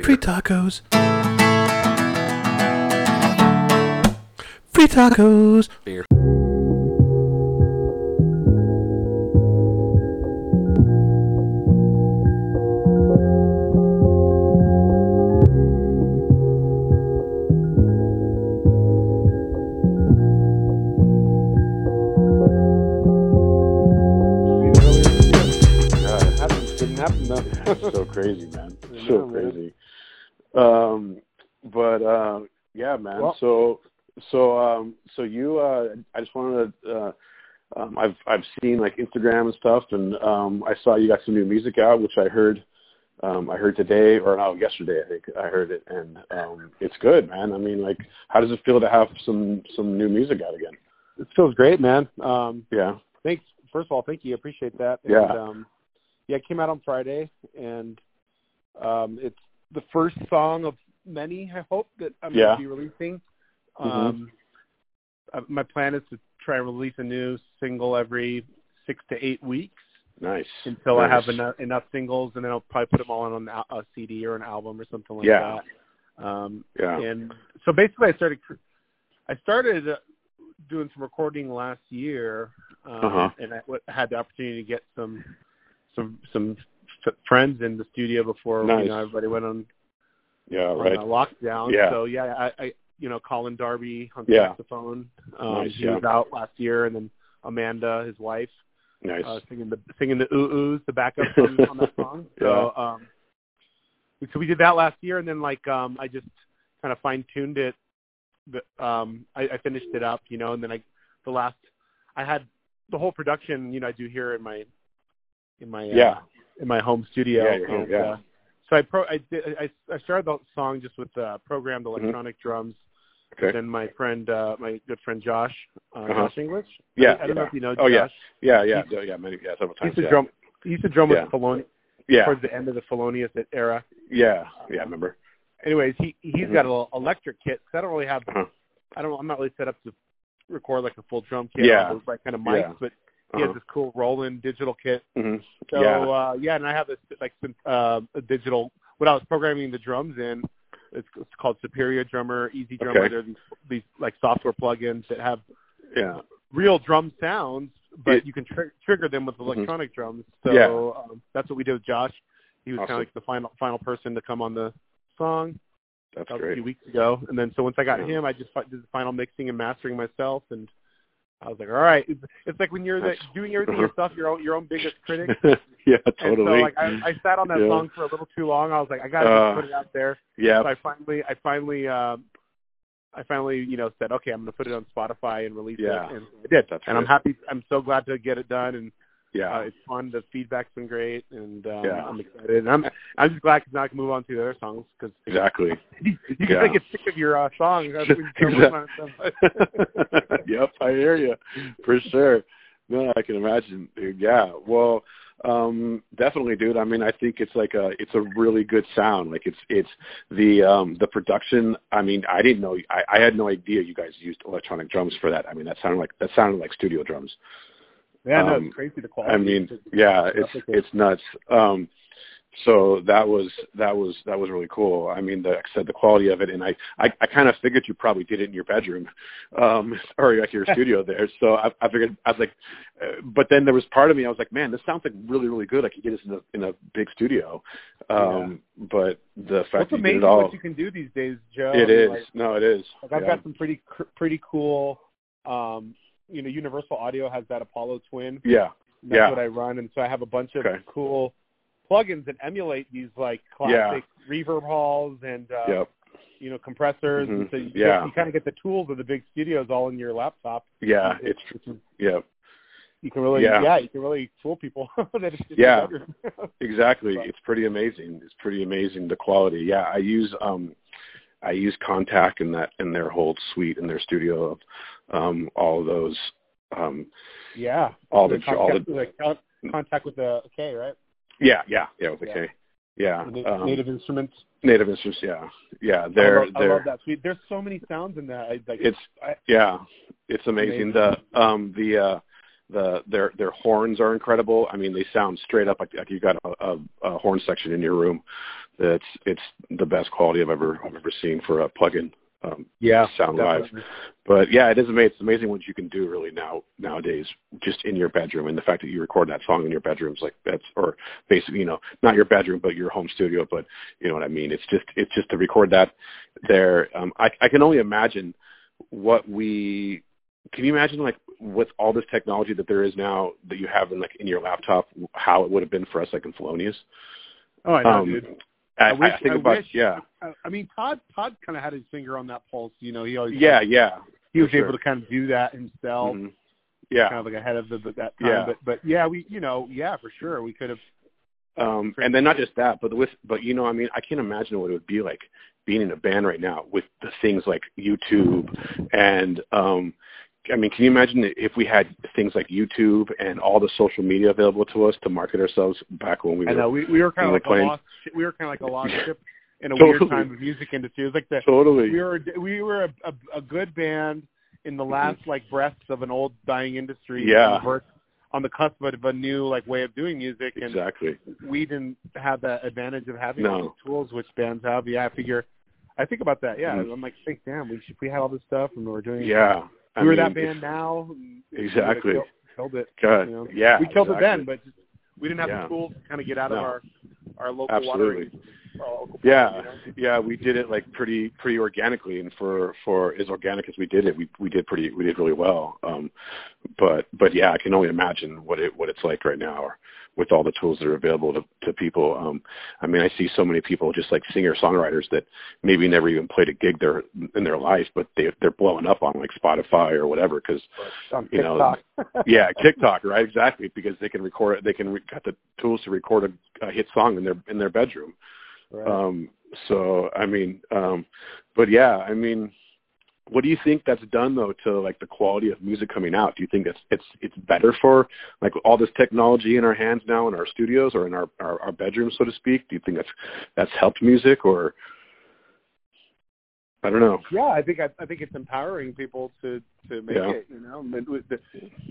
Free tacos. Free tacos. Beer. God, happens, didn't happen though. so crazy, man. I So know, man. crazy. Um, but uh, yeah, man. Well- so so um, so you. Uh, I just wanted to. Uh, um, I've I've seen like Instagram and stuff, and um, I saw you got some new music out, which I heard. Um, I heard today or no, yesterday. I think I heard it, and um, it's good, man. I mean, like, how does it feel to have some some new music out again? it feels great, man. Um, Yeah, thanks. First of all, thank you. Appreciate that. Yeah. And, um, yeah, it came out on Friday, and um, it's the first song of many. I hope that I'm Yeah. Mm-hmm. going to be releasing. Um, uh, my plan is to try and release a new single every six to eight weeks nice. until I have Nice. enough, enough singles, and then I'll probably put them all on an, al- a CD or an album or something like Yeah. that. Um, Yeah. and so basically, I started cr- I started uh, doing some recording last year, um, Uh-huh. and I w- had the opportunity to get some some some f- friends in the studio before Nice. you know everybody went on, Yeah. on Right. uh, lockdown. Yeah. So yeah, I, I you know Colin Darby on Yeah. saxophone, um, Nice, he yeah. was out last year, and then Amanda, his wife, Nice. uh, singing the singing the ooh oohs, the backup on, on that song. So um, so we did that last year, and then like um, I just kind of fine tuned it. The, um, I, I finished it up, you know, and then I the last I had the whole production, you know, I do here in my in my uh, Yeah. in my home studio. Yeah, your home, and, yeah. uh, so I pro I did I, I started the song just with uh, programmed electronic drums. Mm-hmm. Okay. Then my friend, uh, my good friend Josh, uh, Uh-huh. Josh English. Yeah, I, don't know yeah. if you know Oh, Josh. yeah. yeah. Yeah. he's- Yeah. Yeah. Many. Yeah. Several He times. used to yeah. drum. He used to drum Yeah. with Felonious Yeah. towards the end of the Felonious era. Yeah, yeah, I remember. Anyways, he he's got a little electric kit. Cause I don't really have. Mm-hmm. Uh-huh. I don't. I'm not really set up to record like a full drum kit. Yeah. Or like kind of mics, Yeah. but he Uh-huh. has this cool Roland digital kit. Mhm. So yeah, uh, yeah, and I have this like sim- uh, a digital. What I was programming the drums in, it's, it's called Superior Drummer, Easy Drummer. Okay. They're these these like software plugins that have uh, yeah, real drum sounds, but It- Mm-hmm. you can tr- trigger them with electronic drums. So Yeah. um, that's what we did with Josh. He was Awesome. kind of like the final final person to come on the song that's that was a great. few weeks ago, and then so once I got Yeah. him, I just fi- did the final mixing and mastering myself, and I was like, all right, it's, it's like when you're the, That's- doing everything Uh-huh. yourself, your own your own biggest critic. yeah, And totally. so like I, I sat on that Yeah. song for a little too long. I was like, I gotta Uh, just put it out there. yeah, So I finally, I finally, um, I finally, you know, said, okay, I'm gonna put it on Spotify and release Yeah. it, and I did. That's and I'm good. happy. I'm so glad to get it done, and yeah, uh, it's fun. The feedback's been great, and um, Yeah. I'm excited. And I'm I'm just glad 'cause now I can move on to the other songs because exactly. you can Yeah. get sick of your uh, songs. after you start Exact- working on them. yep, I hear you for sure. No, I can imagine, dude. Yeah, well, um, definitely, dude. I mean, I think it's like a, it's a really good sound. Like it's, it's the, um, the production. I mean, I didn't know, I, I had no idea you guys used electronic drums for that. I mean, that sounded like that sounded like studio drums. Yeah, no, Um, it's crazy the quality. I mean, yeah, it's it's replicate. it's nuts. Um, so that was that was that was really cool. I mean, the, like I said the quality of it, and I I, I kind of figured you probably did it in your bedroom, um, or like your studio there. So I, I figured I was like, uh, but then there was part of me I was like, man, this sounds like really really good. I could get this in a in a big studio, um, but the What's fact that you did amazing it all, what you can do these days, Joe. it I mean, is Like, no, it is. like I've yeah. got some pretty cr- pretty cool. Um, you know, Universal Audio has that Apollo Twin. yeah, And That's Yeah. what I run, and so I have a bunch of Okay. cool plugins that emulate these like Yeah. classic reverb halls and uh, yep, you know compressors. And Mhm. so you, get- Yeah. you kind of get the tools of the big studios all in your laptop. yeah, it's Which is- yeah. you can really yeah, Yeah. you can really fool people. that it's just Yeah. better. Exactly. But- It's pretty amazing. It's pretty amazing the quality. Yeah, I use um I use Contact in that in their whole suite in their studio of um all of those um yeah. all the The contact, all the with the con- contact with the K, right? yeah, yeah, yeah, with the Yeah. K. Yeah. The um, native instruments. native instruments, yeah. Yeah, I they're love- I love, they're that suite. There's so many sounds in that. I, like it's I- yeah, it's amazing. The um the uh the their their horns are incredible. I mean, they sound straight up like, like you've got a, a, a horn section in your room. That's it's the best quality I've ever I've ever seen for a plugin. Um, yeah, sound live. definitely. But yeah, it is amazing. It's amazing what you can do really now nowadays, just in your bedroom. And the fact that you record that song in your bedroom's like that's or basically, you know, not your bedroom, but your home studio. But you know what I mean. It's just it's just to record that there. Um, I I can only imagine what we can you imagine like with all this technology that there is now that you have in like in your laptop how it would have been for us like in Felonious. Oh, I know, Um, dude. I, I wish- I think I about wish- yeah I, I mean, Todd Todd kind of had his finger on that pulse. You know, he always yeah yeah he was for sure. able to kind of do that himself. Mhm. yeah kind of like ahead of the, that time. Yeah. But but yeah, we you know yeah for sure we could have. um and then not just that but with but you know i mean i can't imagine what it would be like being in a band right now with the things like youtube and um i mean can you imagine if we had things like youtube and all the social media available to us to market ourselves back when we I were know we we were kind of we were like playing- a lost shi- we were kind of like a lost ship in a Totally. weird time of music industry. It was like the totally we were we were a, a, a good band in the last like breaths of an old dying industry. Mm-hmm. Yeah. on the birth- on the cusp of a new like way of doing music, and exactly we didn't have that advantage of having No. all the tools which bands have. Yeah, I figure. I think about that. Yeah, Mhm. I'm like, think, damn, we should, we had all this stuff and we were doing. yeah I we were mean, that it's- band now. and we would've Exactly. Killed, killed it. God, you know. yeah we killed exactly. it then, but just, we didn't have Yeah. the tools to kind of get out No. of our our local absolutely watering. Our local Yeah. pond, you know? yeah we did it like pretty pretty organically and for for as organic as we did it we we did pretty we did really well um but but yeah i can only imagine what it what it's like right now or with all the tools that are available to to people um i mean i see so many people just like singer songwriters that maybe never even played a gig their in their life but they they're blowing up on like spotify or whatever because On you know, TikTok. yeah, TikTok, right? Exactly, because they can record it. They can re- got the tools to record a, a hit song in their in their bedroom. Right. Um, so I mean, um, but yeah, I mean, what do you think that's done though to like the quality of music coming out? Do you think it's it's it's better for like all this technology in our hands now in our studios or in our our, our bedrooms, so to speak? Do you think that's that's helped music or I don't know. yeah, I think I, I think it's empowering people to to make Yeah. it. You know, And with the-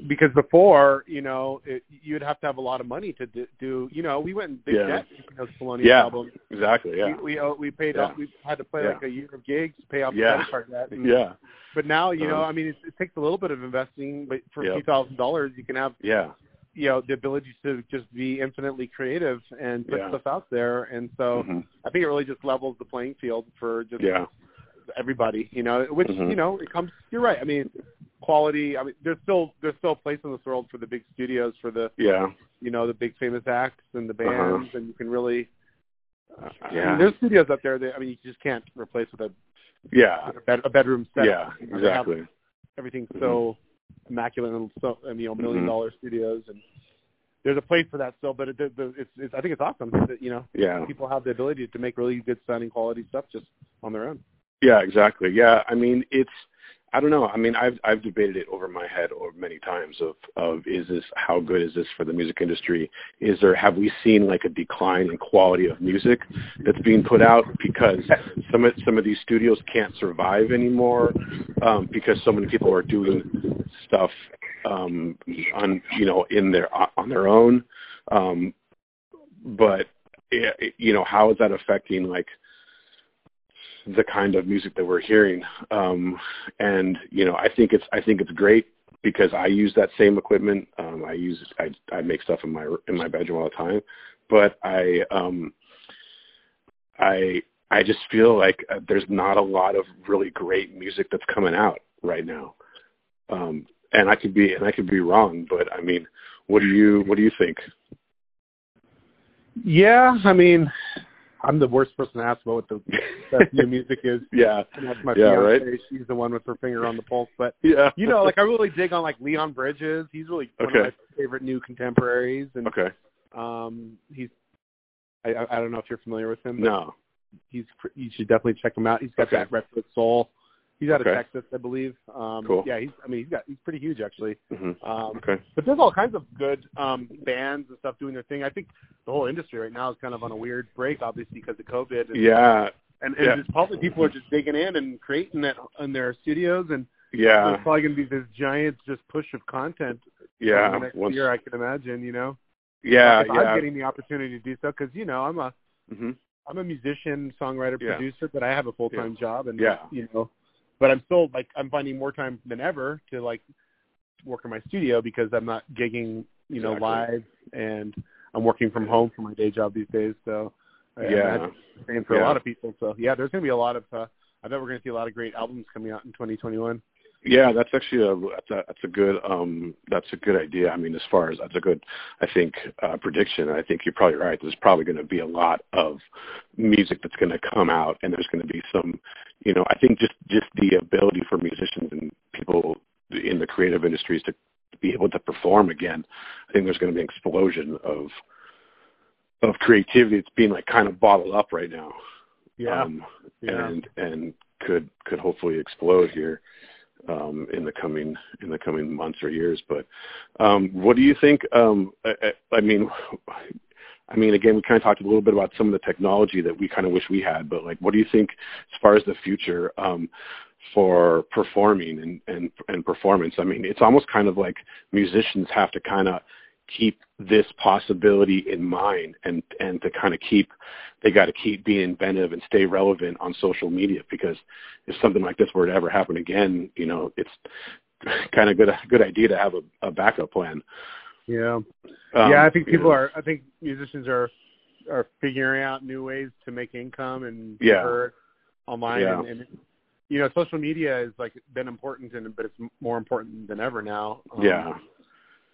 because before, you know, it, you'd have to have a lot of money to do. do you know, we went in big Yeah. debt for those Polonius Yeah. albums. Exactly. Yeah. We we, owe, we paid Yeah. off. We had to play Yeah. like a year of gigs, pay off Yeah. the credit card debt. and- Yeah. But now, you know, Um, I mean, it, it takes a little bit of investing, but for Yep. a few thousand dollars, you can have Yeah. you know the ability to just be infinitely creative and put Yeah. stuff out there. And so, Mhm. I think it really just levels Oh, the playing field for just Yeah. everybody, you know. Which Mhm. you know, it comes. You're right. I mean, quality. I mean, there's still there's still a place in this world for the big studios, for the Yeah. you know the big famous acts and the Uh-huh. bands, and you can really. I mean, Yeah. there's studios out there that I mean you just can't replace with a, Yeah. with a, bed, a bedroom set. Yeah. Exactly. everything's Mm-hmm. so immaculate and so and, you know 1000000 Mhm. dollar studios and there's a place for that still but it, the, the, it's, it's i think it's awesome that you know Yeah. people have the ability to make really good sounding quality stuff just on their own Yeah, exactly. Yeah, I mean, it's I don't know. I mean, I've I've debated it over my head over many times of of is this how good is this for the music industry? Is there have we seen like a decline in quality of music that's being put out because some of some of these studios can't survive anymore um because so many people are doing stuff um on you know in their on their own um but it, it- you know how is that affecting like the kind of music that we're hearing. Um, and you know, I think it's I think it's great because I use that same equipment. Um, I use I I make stuff in my in my bedroom all the time, but I um, I I just feel like uh, there's not a lot of really great music that's coming out right now. Um, and I could be and I could be wrong, but I mean, what do you what do you think? yeah i mean i'm the worst person to ask about what the best new music is yeah, and that's my Yeah, fiance she's the one with her finger on the pulse but yeah. you know like i really dig on like leon bridges he's really one of Okay. my favorite new contemporaries and okay, um he's I, I I don't know if you're familiar with him. but no, he's pr- you should definitely check him out. He's got Okay. that retro soul. He's out Okay. of Texas, I believe. Um, Cool. Yeah, he's I mean he's got he's pretty huge actually. hmm Um, okay, but there's all kinds of good um, bands and stuff doing their thing. I think the whole industry right now is kind of on a weird break, obviously because of COVID. And, yeah, and, and yeah. just probably people are just digging in and creating it in their studios, and yeah. there's probably going to be this giant just push of content. over Yeah, the next once- year I can imagine. You know, yeah, If yeah. I'm getting the opportunity to do so because you know I'm a hmm I'm a musician, songwriter, Yeah. producer, but I have a full time job and Yeah. you know but I'm still like I'm finding more time than ever to like work in my studio because I'm not gigging, you know, Exactly. live and I'm working from home for my day job these days, so I Yeah. imagine it's the same for Yeah. a lot of people. So yeah, there's gonna be a lot of uh, I bet we're gonna see a lot of great albums coming out in twenty twenty one. Yeah, that's actually a that's a, that's a good um that's a good idea. I mean, as far as that's a good, I think uh, prediction. I think you're probably right. There's probably going to be a lot of music that's going to come out, and there's going to be some, you know, I think just just the ability for musicians and people in the creative industries to be able to perform again. I think there's going to be an explosion of of creativity. It's being like kind of bottled up right now Yeah. um, yeah. and and could could hopefully explode here um, in the coming in the coming months or years. But um, what do you think? Um, I, I- I mean, I mean, again, we kind of talked a little bit about some of the technology that we kind of wish we had, but like, what do you think as far as the future um, for performing and, and and performance? I mean, it's almost kind of like musicians have to kind of keep this possibility in mind and and to kind of keep they got to keep being inventive and stay relevant on social media because if something like this were to ever happen again, you know, it's kind of good good idea to have a, a backup plan. yeah. Um, yeah, I think people yeah. are. I think musicians are are figuring out new ways to make income and be Yeah. heard online. Yeah. And, and you know, social media has like been important, and but it's m- more important than ever now. Um, Yeah.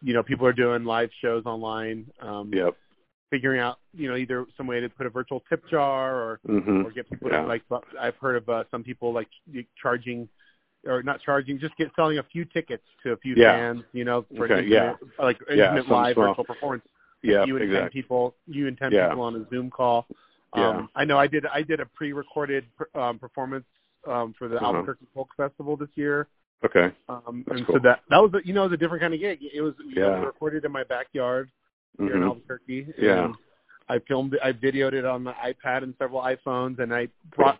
You know, people are doing live shows online. Um, Yep. Figuring out, you know, either some way to put a virtual tip jar or hmm or get people Yeah. to like. I've heard of uh, some people like charging. Or not charging, just get selling a few tickets to a few Yeah. fans, you know, for an Okay, yeah. intimate, like Yeah, intimate some live small- virtual performance Yeah. you and ten Exactly. people you and ten Yeah. people on a Zoom call. Um, Yeah. I know I did I did a pre-recorded pr- um, performance um, for the Uh-huh. Albuquerque Folk Festival this year, Okay. um, That's and cool. so that that was a, you know it was a different kind of gig. It was you know, Yeah. recorded in my backyard here in hmm Albuquerque. Yeah. and I filmed it, I videoed it on the iPad and several iPhones, and I brought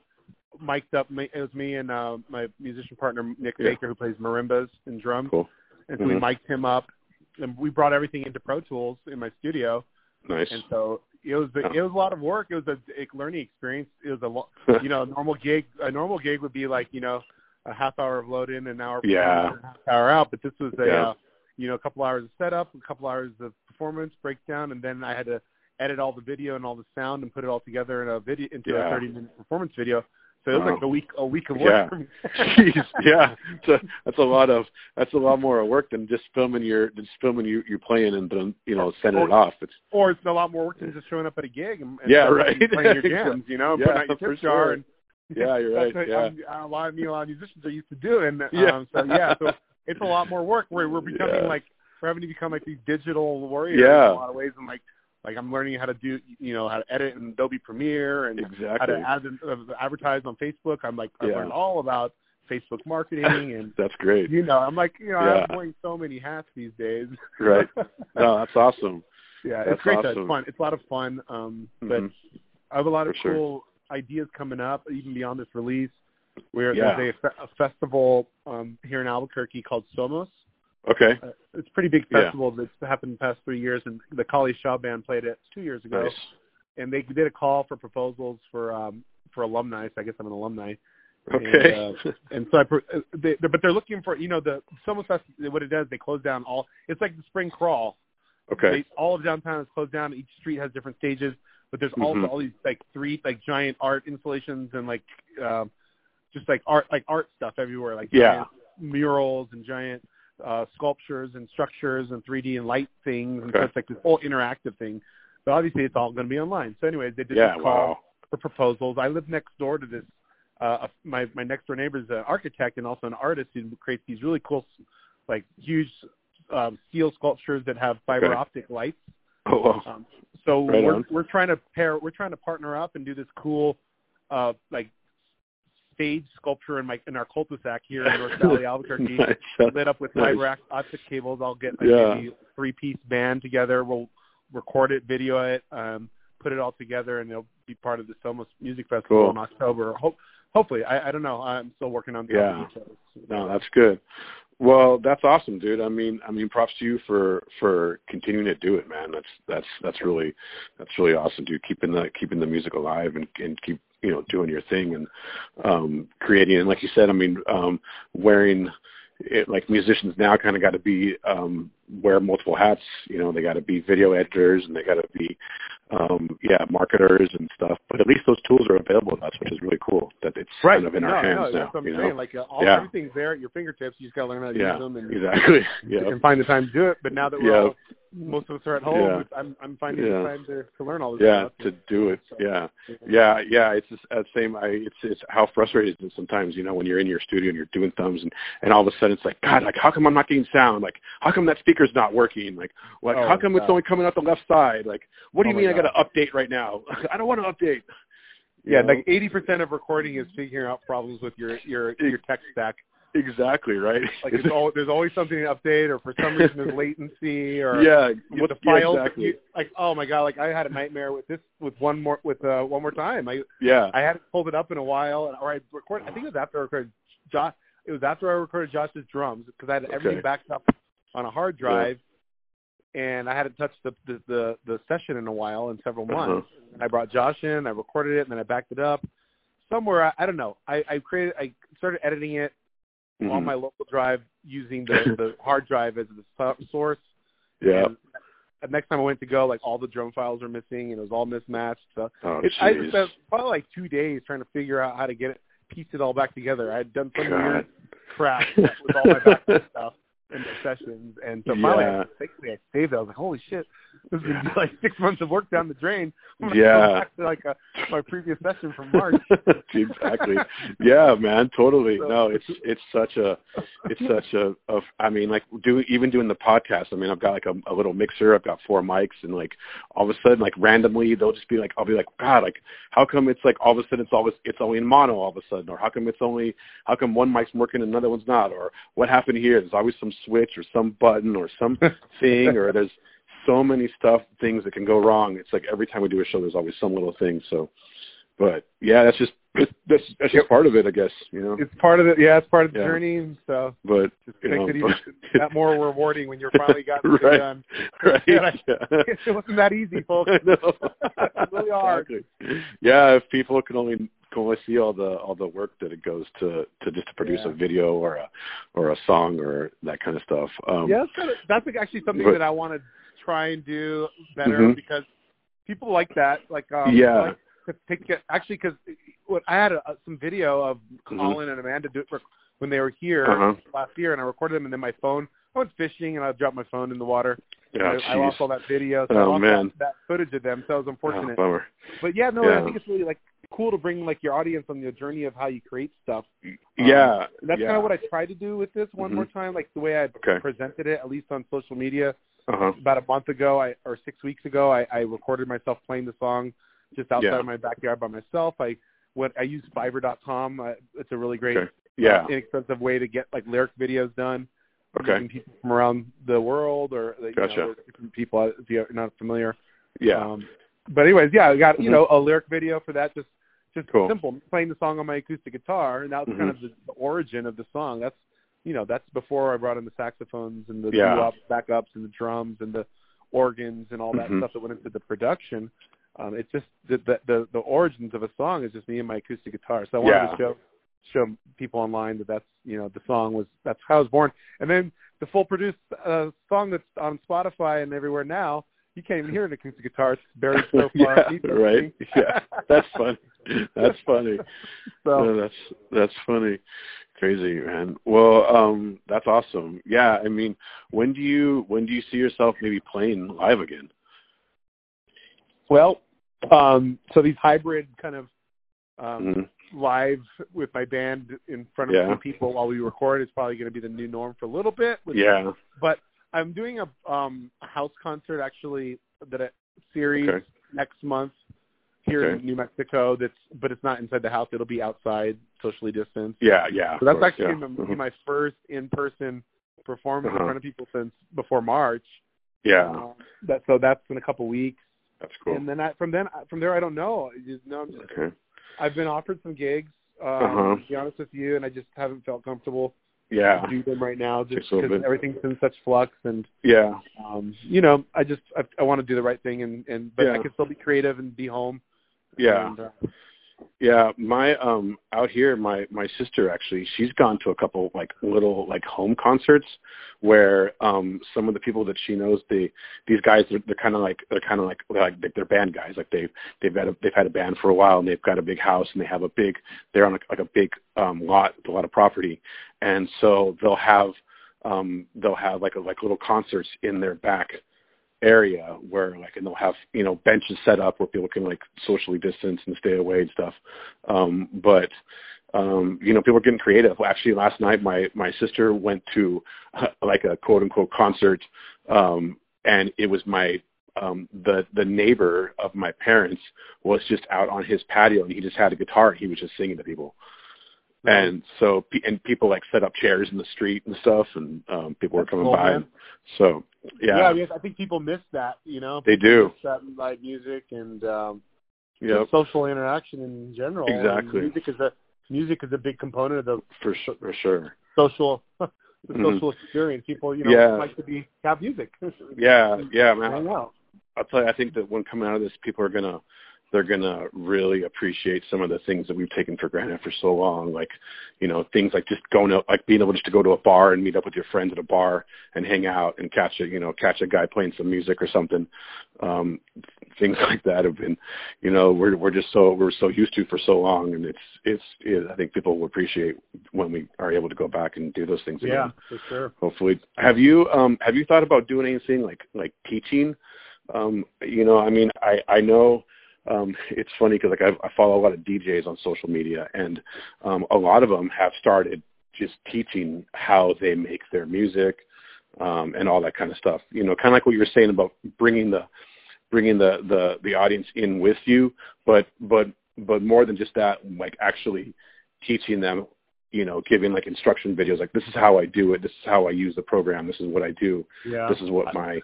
mic'd up. my- It was me and uh, my musician partner Nick Yeah. Baker, who plays marimbas and drums, Cool. and so we Mhm. mic'd him up, and we brought everything into Pro Tools in my studio Nice. and so it was Yeah. it was a lot of work. It was a, a learning experience. It was a lo- you know a normal gig. A normal gig would be like you know a half hour of load in, an hour Yeah. performance, and a half hour out. But this was a Yeah. uh, you know a couple hours of setup, a couple hours of performance breakdown, and then I had to edit all the video and all the sound and put it all together in a video into Yeah. a thirty minute performance video. So it was Wow. like a week a week of work. Yeah. For me. Jeez, yeah, it's a, that's a lot of that's a lot more work than just filming your just filming you you playing and then you know sending Oh. it off. It's or it's a lot more work than just showing up at a gig and, and Yeah, showing up right. and playing your Exactly. jams, you know, and Yeah, putting out your for tip jar sure. and Yeah, you're that's right, what yeah. I'm- a lot of me, a lot of musicians are used to doing. Um, Yeah. So yeah, so it's a lot more work. We're we're becoming Yeah. like we're having to become like these digital warriors Yeah. in a lot of ways, and like like I'm learning how to do you know how to edit in Adobe Premiere and how exactly. to ad- uh, advertise on Facebook. I'm like I've Yeah. learned all about Facebook marketing and. That's great. You know, I'm like, you know, Yeah. I'm wearing so many hats these days. Right. No, that's awesome. yeah, That's it's great. though. awesome. It's fun. It's a lot of fun. Um, but Mhm. I have a lot of For sure. cool ideas coming up, even beyond this release. Where Yeah. there's a, fe- a festival um, here in Albuquerque called Somos. Okay. Uh, it's a pretty big Yeah. festival that's happened the past three years, and the Kali Shaw band played it two years ago. Nice. And they did a call for proposals for um, for alumni. So I guess I'm an alumni. Okay. And, And so I, pro- uh, they, they- but they're looking for you know the Somos Fest. What it does, they close down all. It's like the spring crawl. okay. They, all of downtown is closed down. Each street has different stages, but there's also Mhm. all these like three like giant art installations and like um, just like art like art stuff everywhere, like Yeah. giant murals and giant uh, sculptures and structures and 3D and light things. And so Okay. it's like this whole interactive thing. But obviously, it's all going to be online. So, anyways, they did yeah. this call Wow. for proposals. I live next door to this. Uh, my my next door neighbor is an architect and also an artist who creates these really cool, like huge um, steel sculptures that have fiber Okay. optic lights. Oh, wow. Um, so Right we're on. we're trying to pair we're trying to partner up and do this cool, uh, like stage sculpture in my in our cul-de-sac here in North Valley, Albuquerque, Nice. lit up with Nice. fiber opt- optic cables. I'll get like, Yeah. maybe a three-piece band together. We'll record it, video it, um, put it all together, and it'll be part of the Somos Music Festival Cool. in October. Hope hopefully, I, I don't know. I'm still working on. Yeah. No, that's good. Well, that's awesome, dude. I mean, I mean, props to you for for continuing to do it, man. That's that's that's really that's really awesome, dude. Keeping the keeping the music alive and and keep you know doing your thing and um creating and like you said, I mean, um wearing it, like musicians now kind of got to be um wear multiple hats. You know, they got to be video editors and they got to be um yeah marketers and stuff. But at least those tools are available to us, which is really cool. That it's Right. kind of in no, our no, hands now. That's what I'm you know. saying. Like uh, all Yeah. everything's there at your fingertips. You just gotta learn how to yeah, use them and exactly. if you Yeah, can find the time to do it. But now that we're Yeah. all, most of us are at home, Yeah. I'm I'm finding Yeah. the time to, to learn all this yeah, to stuff. do it. So, Yeah, yeah, yeah. It's just, uh, same. I it's it's how frustrating it is sometimes. You know, when you're in your studio and you're doing thumbs, and and all of a sudden it's like, God, like how come I'm not getting sound? Like how come that speaker's not working? Like like Oh, how come it's God. only coming out the left side? Like what do Oh you my mean I God. got to update right now? I don't want to update. You Yeah, know? like eighty percent of recording is figuring out problems with your your your tech stack. exactly right. Like it's all, there's always something to update, or for some reason there's latency, or yeah, you- what the files. yeah, exactly. you, like oh my god, like I had a nightmare with this with one more with uh, one more time. I yeah, I hadn't pulled it up in a while, and or I recorded. I think it was after I recorded Josh. It was after I recorded Josh's drums because I had everything Okay. backed up on a hard drive, and I hadn't touched the the the, the session in a while in several Uh-huh. months. And I brought Josh in, I recorded it, and then I backed it up. Somewhere I, I don't know. I, I created, I started editing it on Mhm. my local drive using the the hard drive as the so- source. Mm-hmm. yeah. And the next time I went to go, like all the drum files were missing, and it was all mismatched. So Oh, it, I jeez. just spent probably like two days trying to figure out how to get it, piece it all back together. I had done some weird crap with all my background stuff in the sessions, and so finally, Yeah. I, thankfully, I saved it. I was like, "Holy shit, this is gonna be Yeah. like six months of work down the drain." I'm gonna Yeah. go back to like a, my previous session from March. exactly. Yeah, man, totally. So- No, it's it's such a it's such a of I mean like do even doing the podcast. I mean, I've got like a, a little mixer, I've got four mics and like all of a sudden like randomly they'll just be like I'll be like god, like how come it's like all of a sudden it's always it's only in mono all of a sudden or how come it's only how come one mic's working and another one's not or what happened here? There's always some switch or some button or some thing or there's so many stuff things that can go wrong. It's like every time we do a show there's always some little thing. So but yeah, that's just that's that's just part of it, I guess. You know, it's part of it. Yeah, it's part of the Yeah. journey. and So but just you makes know, it even that more rewarding when you're finally gotten it Right. done. right? Yeah. Yeah. It wasn't that easy, folks. I know. really hard. Exactly. Yeah, if people can only can only see all the all the work that it goes to to just to produce Yeah. a video or a or a song or that kind of stuff. Um, yeah, that's, kind of, that's like actually something but- that I want to try and do better Mhm. because people like that, like um, Yeah. like to take it, actually because what I had a, some video of Colin and Amanda do, when they were here Mm-hmm. Uh-huh. last year, and I recorded them, and then my phone. I went fishing and I dropped my phone in the water. Yeah, and I, I Ah, jeez. lost all that video, so I Oh, lost man. That, that footage of them. So it was Oh, unfortunate. bummer. but yeah, no, yeah. I think it's really like cool to bring like your audience on the journey of how you create stuff. Um, yeah, That's yeah. kind of what I tried to do with this one Mhm. more time, like the way I Okay. presented it, at least on social media Uh-huh. about a month ago I, or six weeks ago I, I recorded myself playing the song just outside Yeah. of my backyard by myself i went i used fiverr.com uh, it's a really great Okay. Yeah. uh, inexpensive way to get like lyric videos done Okay. using people from around the world or that, you Gotcha. know, there's different people if you're not familiar Yeah. um, but anyways yeah i got you Mhm. know a lyric video for that just just Cool. simple playing the song on my acoustic guitar and that was kind Mhm. of the, the origin of the song that's you know that's before i brought in the saxophones and the Yeah. doo-wop backups and the drums and the organs and all that Mhm. stuff that went into the production um it's just the, the the the origins of a song is just me and my acoustic guitar so i wanted Yeah. to show show people online that that's you know the song was that's how i was born and then the full produced uh, song that's on spotify and everywhere now you can't even hear an acoustic guitar it's buried so far yeah, deep in right. me. Yeah. That's funny. That's funny. so Yeah, that's that's funny, crazy man. Well, um, that's awesome. Yeah, I mean, when do you when do you see yourself maybe playing live again? Well, um, so these hybrid kind of um, Mhm. live with my band in front of Yeah. a few people while we record is probably going to be the new norm for a little bit. With, Yeah. But I'm doing a, um, a house concert actually that a series Okay. next month here Okay. in New Mexico. That's but it's not inside the house. It'll be outside, socially distanced. Yeah. Yeah. So that's of course, actually yeah. gonna be Mhm. my first in-person performance Uh-huh. in front of people since before March. Yeah. Um, that, so that's in a couple weeks That's cool. and then I, from then from there I don't know. You know I'm just, Okay. I've been offered some gigs Um, Uh-huh. To be honest with you, and I just haven't felt comfortable Yeah. to do them right now, just Takes a little because bit. everything's in such flux. And Yeah. um, you know, I just I, I want to do the right thing, and and but I Yeah. can still be creative and be home. Yeah. And, uh, Yeah, my um out here my my sister actually, she's gone to a couple like little like home concerts where um some of the people that she knows they these guys they're, they're kind of like they're kind of like they're like they're band guys like they have they've had a, they've had a band for a while and they've got a big house and they have a big they're on a, like a big um lot with a lot of property and so they'll have um they'll have like a, like little concerts in their back area where like and they'll have you know benches set up where people can like socially distance and stay away and stuff um but um you know people are getting creative well, actually last night my my sister went to uh, like a quote unquote concert um and it was my um the the neighbor of my parents was just out on his patio and he just had a guitar and he was just singing to people and so pe- and people like set up chairs in the street and stuff and um people were That's coming cool, by man. and so yeah, yeah, because I think people miss that. You know, they do miss that live music and um, yeah just social interaction in general. And Exactly. music is a music is a big component of the for sure for sure social the Mhm. social experience. People, you know, Yeah. like to be have music. yeah yeah man Hang out. I'll tell you, I think that when coming out of this, people are gonna they're gonna really appreciate some of the things that we've taken for granted for so long, like you know things like just going to like being able just to go to a bar and meet up with your friends at a bar and hang out and catch a you know catch a guy playing some music or something. Um, things like that have been, you know, we're we're just so we're so used to for so long, and it's it's it, I think people will appreciate when we are able to go back and do those things again Yeah, for sure. hopefully have you um have you thought about doing anything like like teaching um you know i mean i i know um it's funny because like I, I follow a lot of djs on social media and um a lot of them have started just teaching how they make their music um and all that kind of stuff you know kind of like what you were saying about bringing the bringing the the the audience in with you but but but more than just that like actually teaching them you know, giving like instruction videos, like this is how I do it, this is how I use the program, this is what I do, Yeah. this is what my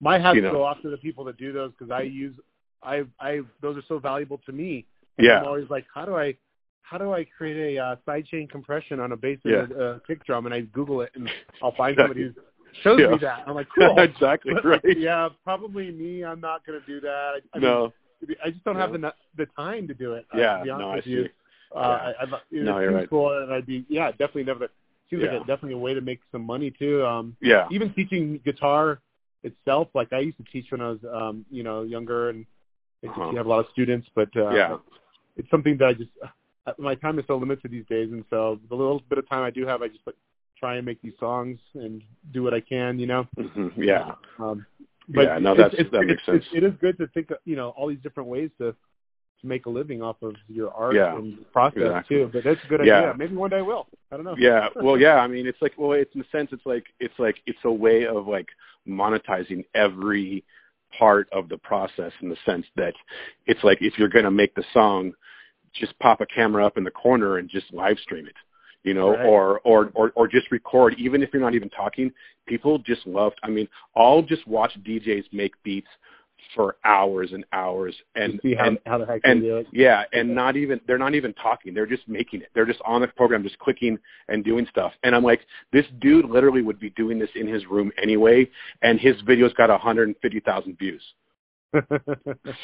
My hats you know. go off to the people that do those because I use I I those are so valuable to me. I'm yeah, always like, how do I how do I create a uh, sidechain compression on a bass Yeah. and a, a kick drum? And I Google it and I'll find Exactly. somebody who shows Yeah. me that. I'm like, cool. exactly But, right. yeah, probably me. I'm not gonna do that. I, I mean, no, to be- I just don't have Yeah. the nu- the time to do it. uh, yeah, to be honest no, I with see. Oh, you. Uh, Yeah. I, I'd, lo- it No, would you're seem right. cool, and I'd be yeah, definitely never. Seems Yeah. like a, definitely a way to make some money too. Um, Yeah, even teaching guitar itself, like I used to teach when I was um, you know younger, and I just, Uh-huh. you have a lot of students, but uh, Yeah. it's something that I just uh, my time is so limited these days, and so the little bit of time I do have, I just like try and make these songs and do what I can, you know. hmm yeah, Um, Yeah, no, that's- that makes it's- sense. It is good to think, of, you know, all these different ways to to make a living off of your art Yeah, and process exactly. too. But that's a good Yeah. idea. Maybe one day I will. I don't know. yeah. Well, yeah, I mean, it's like, well, it's in a sense, it's like, it's like, it's a way of like monetizing every part of the process in the sense that it's like if you're gonna make the song, just pop a camera up in the corner and just live stream it you know Right. or, or or or just record even if you're not even talking people just loved i mean i'll just watch djs make beats for hours and hours and And see how and how the heck and- they do it. yeah and not even they're not even talking they're just making it they're just on the program just clicking and doing stuff and i'm like this dude literally would be doing this in his room anyway and his video's got 150,000 views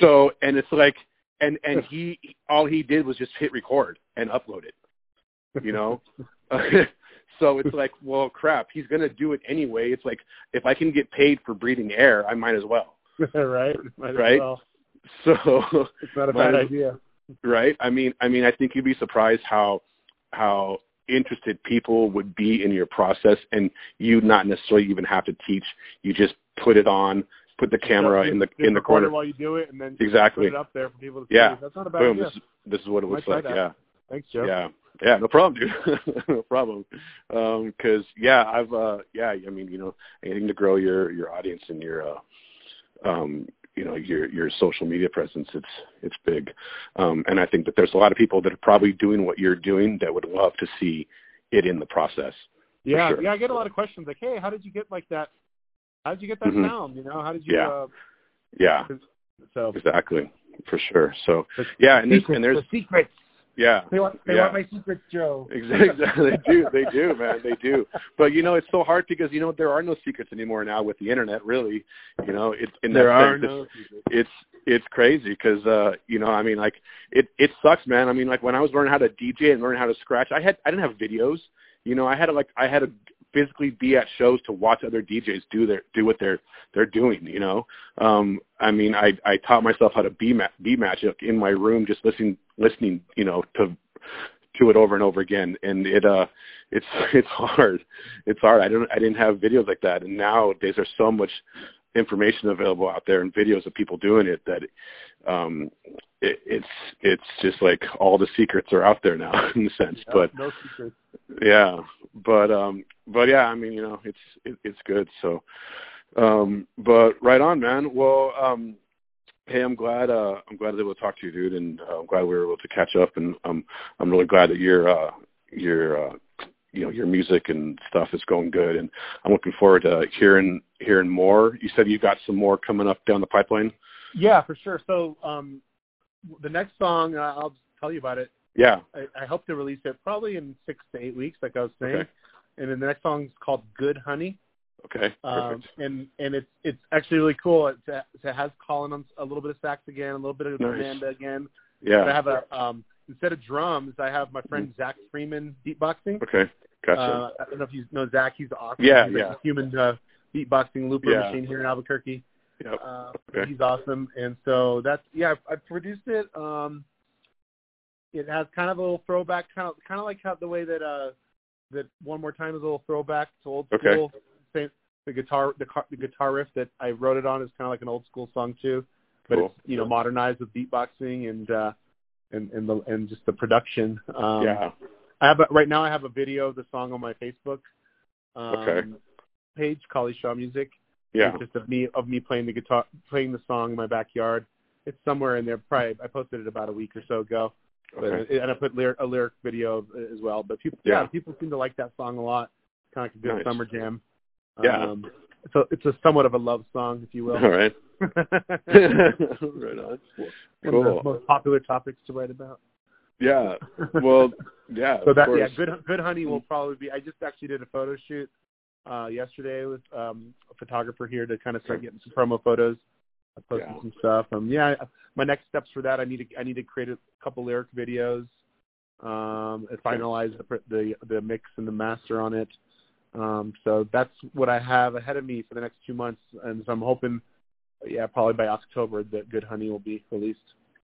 so and it's like and and he all he did was just hit record and upload it you know so it's like well crap he's going to do it anyway it's like if i can get paid for breathing air i might as well right. Might as Right? well. so It's not a Might bad as- idea. right i mean i mean i think you'd be surprised how how interested people would be in your process and you not necessarily even have to teach you just put it on put the camera Just- in the just in the record corner it while you do it, and then put exactly it up there for people to see. Yeah. That's not a bad boom idea. this, this is what it Might looks try like that. yeah Thanks, Joe. Yeah. Yeah, no problem, dude. no problem. Um, 'cause yeah, I've uh yeah, I mean, you know, anything to grow your your audience and your uh um you know, your your social media presence, it's it's big. Um and I think that there's a lot of people that are probably doing what you're doing that would love to see it in the process. Yeah, sure. yeah. I get a lot of questions like, "Hey, how did you get like that? How did you get that Mhm. sound? You know, how did you?" Yeah. Uh, Yeah, so exactly. For sure. So But yeah, and there's and there's secrets. Yeah. They want they want Yeah. my secrets, Joe. Exactly. they do. They do, man. They do. But you know, it's so hard because you know there are no secrets anymore now with the internet. Really, you know, it, in that there are sense, it's- no it's it's crazy because uh you know i mean like it it sucks man i mean like when i was learning how to dj and learning how to scratch i had i didn't have videos you know i had to like i had to physically be at shows to watch other djs do their do what they're they're doing you know um i mean i i taught myself how to be ma- be magic in my room just listening listening you know to to it over and over again and it uh it's it's hard it's hard i don't i didn't have videos like that and nowadays there's so much information available out there and videos of people doing it that um it, it's it's just like all the secrets are out there now in a sense but no secrets. yeah but um but yeah i mean you know it's it, it's good so um but right on man well um hey i'm glad uh i'm glad i was able to talk to you dude and uh, i'm glad we were able to catch up and um i'm really glad that your uh your uh you know your music and stuff is going good and i'm looking forward to hearing hearing more you said you got some more coming up down the pipeline Yeah, for sure. So um, the next song, uh, I'll just tell you about it. yeah I, I hope to release it probably in six to eight weeks, like I was saying. Okay. And then the next song is called "Good Honey." okay Um, perfect and and it's it's actually really cool. It's, it's- it has Colin on a little bit of sax again, a little bit of Nice. Amanda again. But I yeah have a um, instead of drums, I have my friend Zach Freeman beatboxing. okay gotcha Uh, I don't know if you know Zach. He's awesome. Yeah, he's like yeah. a human uh, beatboxing looper Yeah. machine here in Albuquerque. Yep. Uh, Okay. He's awesome, and so that's yeah. I, I produced it. Um, it has kind of a little throwback, kind of kind of like how the way that uh that one more time is a little throwback to old Okay. school. Same, the guitar the, car, the guitar riff that I wrote it on is kind of like an old school song too, but Cool. it's you know modernized with beatboxing and uh and and the and just the production. Um, yeah I have a, right now. I have a video of the song on my Facebook um, Okay. page, Kali Shaw Music. yeah It's just of me of me playing the guitar, playing the song in my backyard. It's somewhere in there. Probably I posted it about a week or so ago, but okay. and I put lyric, a lyric video of it as well. But people, Yeah. yeah. people seem to like that song a lot. Kind of like a good Nice. summer jam. Yeah. Um, so it's a somewhat of a love song, if you will. all right One right on. of the Cool. most popular topics to write about. Yeah. Well, yeah. so of that course. yeah, Mm-hmm. good good honey will probably be. I just actually did a photo shoot uh, yesterday with um, a photographer here to kind of start getting some promo photos. I posted Yeah. some stuff. Um, yeah, I- my next steps for that, I need to I need to create a couple lyric videos, um, and finalize the, pr- the the mix and the master on it. Um, so that's what I have ahead of me for the next two months, and so I'm hoping, yeah, probably by October that Good Honey will be released.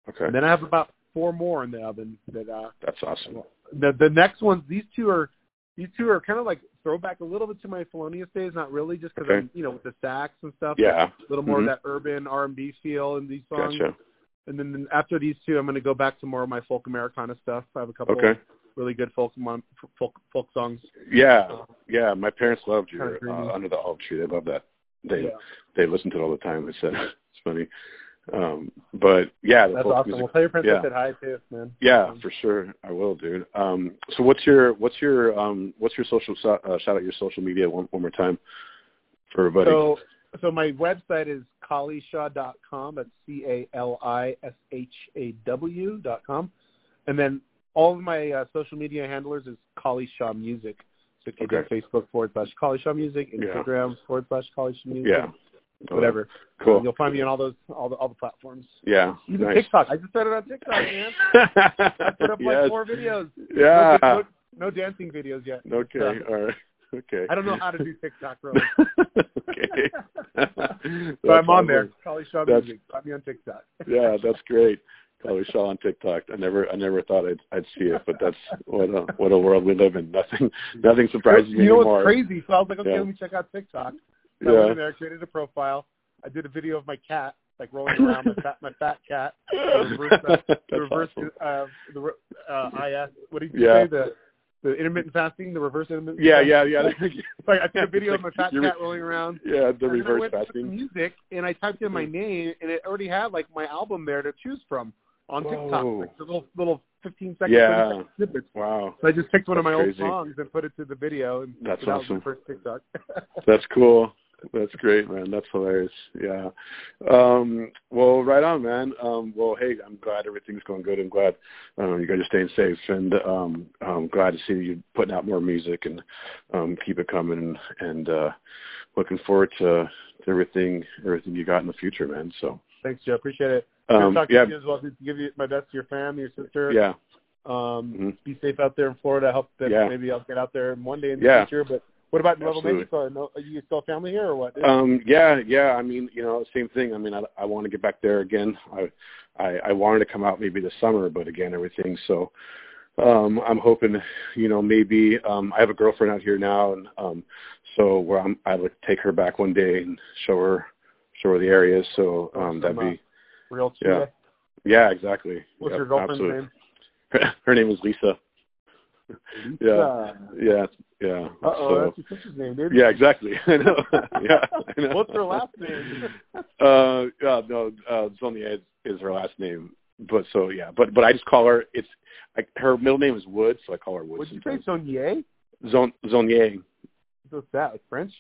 And Okay. then I have about four more in the oven that uh, That's awesome. the the next ones these two are these two are kind of like throwback a little bit to my Felonious days, not really, just because Okay. I'm you know with the sax and stuff. Yeah. a little more Mhm. of that urban R and B feel in these songs. Gotcha. And then, then after these two, I'm going to go back to more of my folk Americana stuff. I have a couple Okay. really good folk mon- folk folk songs. Uh, Yeah. Yeah. My parents loved your Kinda dreamy. uh, Under the Olive Tree. They love that. They Yeah. they listen to it all the time. It's uh, it's funny. Um, but yeah, the That's folk awesome. music. Well, tell your friends yeah. I said hi too, man. Yeah, for sure. I will, dude. Um, so what's your what's your um what's your social so- uh, shout out your social media one one more time for everybody. So, so my website is kalishaw.com. That's C A L I S H A W dot com, and then all of my uh, social media handlers is Kalishaw Music. So if you go Okay. to Facebook forward slash Kalishaw Music, Yeah. Instagram forward slash Kalishaw Music, yeah. whatever. Cool. You'll find me on all those all the all the platforms. Yeah. Even nice. TikTok. I just started on TikTok, man. I put up Yes. like four videos. Yeah. No, no, no dancing videos yet. Okay. All right. Okay. I don't know how to do TikTok, bro. okay. but That's I'm on there. awesome. Kalishaw That's- Music. Find me on TikTok. Yeah, that's great. Probably saw on TikTok. I never, I never thought I'd, I'd see it, but that's what a what a world we live in. Nothing, nothing surprises you me know anymore. what's crazy? So I was like, okay, Yeah. let me check out TikTok. So I went Yeah. in there, created a profile. I did a video of my cat, like rolling around my fat, my fat cat. reverse- That's the reverse, awesome. uh, the re- uh, IS. What did you Yeah. say? The the intermittent fasting, the reverse intermittent. Yeah, fasting? yeah, yeah. So I I took a video of my fat You're- cat rolling around. yeah, the and then I reverse went to fasting. music, and I typed in my name, and it already had like my album there to choose from on TikTok, Whoa. like the little little fifteen second, Yeah. 30 second snippets. Wow, So I just picked one of That's my crazy. old songs and put it to the video, and That's so that was my awesome. first TikTok. that's cool. That's great, man. That's hilarious. Yeah. Um, well, right on, man. Um, well, hey, I'm glad everything's going good. I'm glad um, you guys are staying safe, and um, I'm glad to see you putting out more music and um, keep it coming. And uh, looking forward to, to everything everything you got in the future, man. So Thanks, Joe. Appreciate it. um, Good talking yeah, to you as well. Good to give you my best to your family, your sister. yeah, Um, Mhm. Be safe out there in Florida. I hope that Yeah. maybe I'll get out there one day in the Yeah. future. But what about in Level Absolutely. Mexico? No- Are you still family here or what? Um, yeah, yeah. I mean, you know, same thing. I mean, I, I want to get back there again. I, I, I wanted to come out maybe this summer, but again, everything. So, um, I'm hoping, you know, maybe um, I have a girlfriend out here now, and um, so where I'm, I would take her back one day and show her, show her the area. So um, that'd be, Real yeah. Chile? yeah, exactly. What's Yep, your girlfriend's absolutely. Her, name is Lisa. name? Yeah. Lisa. Yeah, yeah. Uh, Uh-oh, So- that's your sister's name, dude. yeah, exactly. I know. yeah. I know. What's her last name? uh, yeah, no, uh, Zonia is, is her last name. But so yeah, but but I just call her. It's I, her middle name is Wood, so I call her Wood. Would you say sometimes. Sonier? Zon Zonier? What's that? Like French?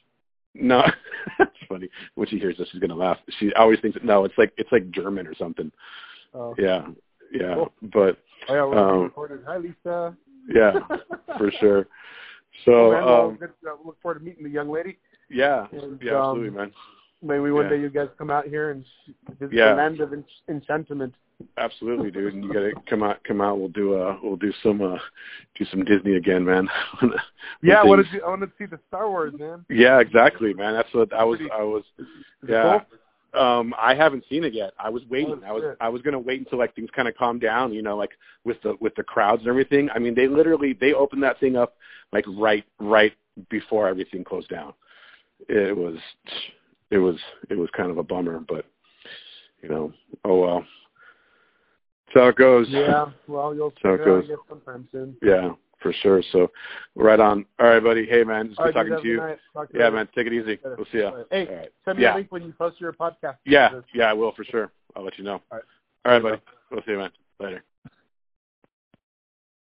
No, it's funny. When she hears this, she's gonna laugh. She always thinks no, it's like it's like German or something. Oh, Yeah, yeah. Cool. But oh yeah, we're being Um, recorded. Hi, Lisa. yeah, for sure. Cool, So man. Well, um, good, uh, look forward to meeting the young lady. yeah, And, yeah, um, absolutely, man. Maybe one Yeah. day you guys come out here and visit Yeah. the land of en- enchantment. Absolutely, dude. And you gotta come out, come out. We'll do uh, we'll do some uh, do some Disney again, man. Yeah, I Things- want to I want to see the Star Wars, man. Yeah, exactly, man. That's what I was. I was. Is it Yeah. cool? Um, I haven't seen it yet. I was waiting. Oh, I was. shit. I was gonna wait until like things kind of calm down. You know, like with the with the crowds and everything. I mean, they literally they opened that thing up like right right before everything closed down. It was it was it was kind of a bummer, but you know, oh well. That's how it goes. Yeah. Well, you'll figure So it out it I goes. guess sometime soon. Yeah, for sure. So, right on. All right, buddy. Hey, man, it's All good right, dude, have a talking to good you. night. Talk to you Yeah, later. man, take it easy. Later. We'll see ya. All right. Hey, All right. send me Yeah. a link when you post your podcast. Yeah, yeah, I will for sure. I'll let you know. All right. All right, buddy. We'll see you, man.